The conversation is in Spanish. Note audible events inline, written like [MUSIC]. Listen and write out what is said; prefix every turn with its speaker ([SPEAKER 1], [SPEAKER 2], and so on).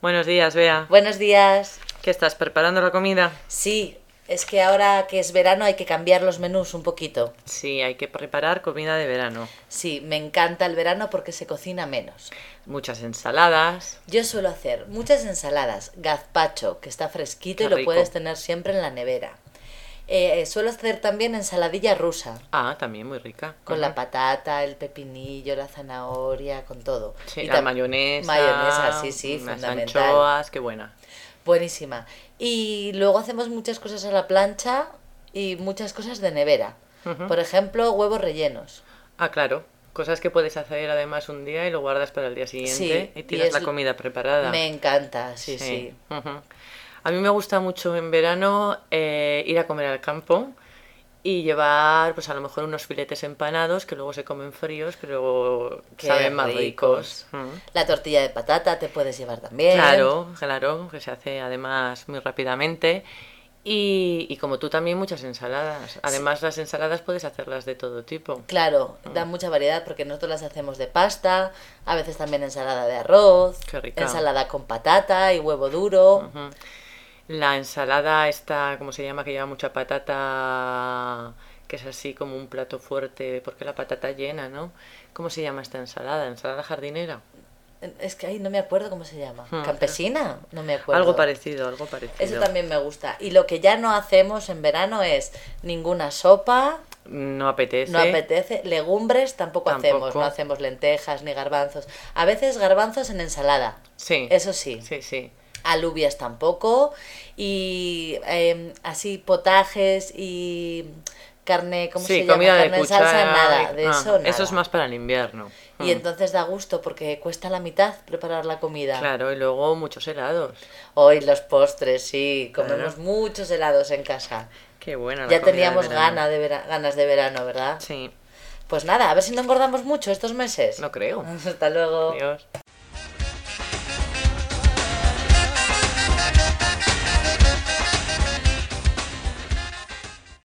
[SPEAKER 1] Buenos días, Bea.
[SPEAKER 2] Buenos días.
[SPEAKER 1] ¿Qué estás preparando la comida?
[SPEAKER 2] Sí, es que ahora que es verano hay que cambiar los menús un poquito.
[SPEAKER 1] Sí, hay que preparar comida de verano.
[SPEAKER 2] Sí, me encanta el verano porque se cocina menos.
[SPEAKER 1] Muchas ensaladas.
[SPEAKER 2] Yo suelo hacer muchas ensaladas, gazpacho, que está fresquito
[SPEAKER 1] Qué
[SPEAKER 2] y lo
[SPEAKER 1] rico.
[SPEAKER 2] puedes tener siempre en la nevera. Eh, suelo hacer también ensaladilla rusa,
[SPEAKER 1] Ah, también muy rica.
[SPEAKER 2] con
[SPEAKER 1] Ajá.
[SPEAKER 2] la patata, el pepinillo, la zanahoria, con todo.
[SPEAKER 1] Sí,
[SPEAKER 2] Y
[SPEAKER 1] la
[SPEAKER 2] tam-
[SPEAKER 1] mayonesa.
[SPEAKER 2] Mayonesa, sí, sí,
[SPEAKER 1] Las
[SPEAKER 2] fundamental.
[SPEAKER 1] anchoas, qué buena.
[SPEAKER 2] Buenísima. Y luego hacemos muchas cosas a la plancha y muchas cosas de nevera.
[SPEAKER 1] Ujú.
[SPEAKER 2] Por ejemplo, huevos rellenos.
[SPEAKER 1] Ah, claro. Cosas que puedes hacer además un día y lo guardas para el día siguiente
[SPEAKER 2] Sí,
[SPEAKER 1] y
[SPEAKER 2] y
[SPEAKER 1] tienes
[SPEAKER 2] es-
[SPEAKER 1] la comida preparada.
[SPEAKER 2] Me encanta, sí, sí.
[SPEAKER 1] Ujú. A mí me gusta mucho en verano eh, ir a comer al campo y llevar, pues a lo mejor unos filetes empanados que luego se comen fríos, pero
[SPEAKER 2] Qué
[SPEAKER 1] saben más ricos.
[SPEAKER 2] ricos.
[SPEAKER 1] Ujú.
[SPEAKER 2] La tortilla de patata te puedes llevar también.
[SPEAKER 1] Claro, claro, que se hace además muy rápidamente. Y, y como tú también muchas ensaladas. Además las ensaladas puedes hacerlas de todo tipo.
[SPEAKER 2] Claro,
[SPEAKER 1] Mm.
[SPEAKER 2] da mucha variedad porque nosotros las hacemos de pasta, a veces también ensalada de arroz,
[SPEAKER 1] Qué Mm. rica.
[SPEAKER 2] ensalada con patata y huevo duro.
[SPEAKER 1] Ujú. La ensalada esta, ¿cómo se llama? Que lleva mucha patata, que es así como un plato fuerte, porque la patata llena, ¿no? ¿Cómo se llama esta ensalada? ¿Ensalada jardinera?
[SPEAKER 2] Es que ahí no me acuerdo cómo se llama.
[SPEAKER 1] Hmm.
[SPEAKER 2] Campesina, no me acuerdo.
[SPEAKER 1] Algo parecido, algo parecido.
[SPEAKER 2] Eso también me gusta. Y lo que ya no hacemos en verano es ninguna sopa,
[SPEAKER 1] No apetece.
[SPEAKER 2] no apetece, legumbres tampoco, hacemos,
[SPEAKER 1] Tampoco.
[SPEAKER 2] no hacemos lentejas ni garbanzos. A veces garbanzos en ensalada,
[SPEAKER 1] Sí.
[SPEAKER 2] eso sí.
[SPEAKER 1] Sí, sí.
[SPEAKER 2] alubias tampoco y eh, así potajes y carne cómo
[SPEAKER 1] sí,
[SPEAKER 2] se llama
[SPEAKER 1] comida
[SPEAKER 2] carne
[SPEAKER 1] de
[SPEAKER 2] en salsa
[SPEAKER 1] cuchara.
[SPEAKER 2] nada
[SPEAKER 1] y-
[SPEAKER 2] de
[SPEAKER 1] ah,
[SPEAKER 2] eso nada
[SPEAKER 1] es más para el invierno. Mm.
[SPEAKER 2] y entonces da gusto porque cuesta la mitad preparar la comida
[SPEAKER 1] Claro, y luego muchos helados.
[SPEAKER 2] hoy los postres sí
[SPEAKER 1] Claro.
[SPEAKER 2] comemos muchos helados en casa
[SPEAKER 1] Qué buena la
[SPEAKER 2] ya
[SPEAKER 1] comida de
[SPEAKER 2] teníamos
[SPEAKER 1] verano.
[SPEAKER 2] gana de vera- ganas de verano verdad
[SPEAKER 1] Sí,
[SPEAKER 2] pues nada a ver si no engordamos mucho estos meses
[SPEAKER 1] no creo.
[SPEAKER 2] [LAUGHS] hasta luego
[SPEAKER 1] Adiós.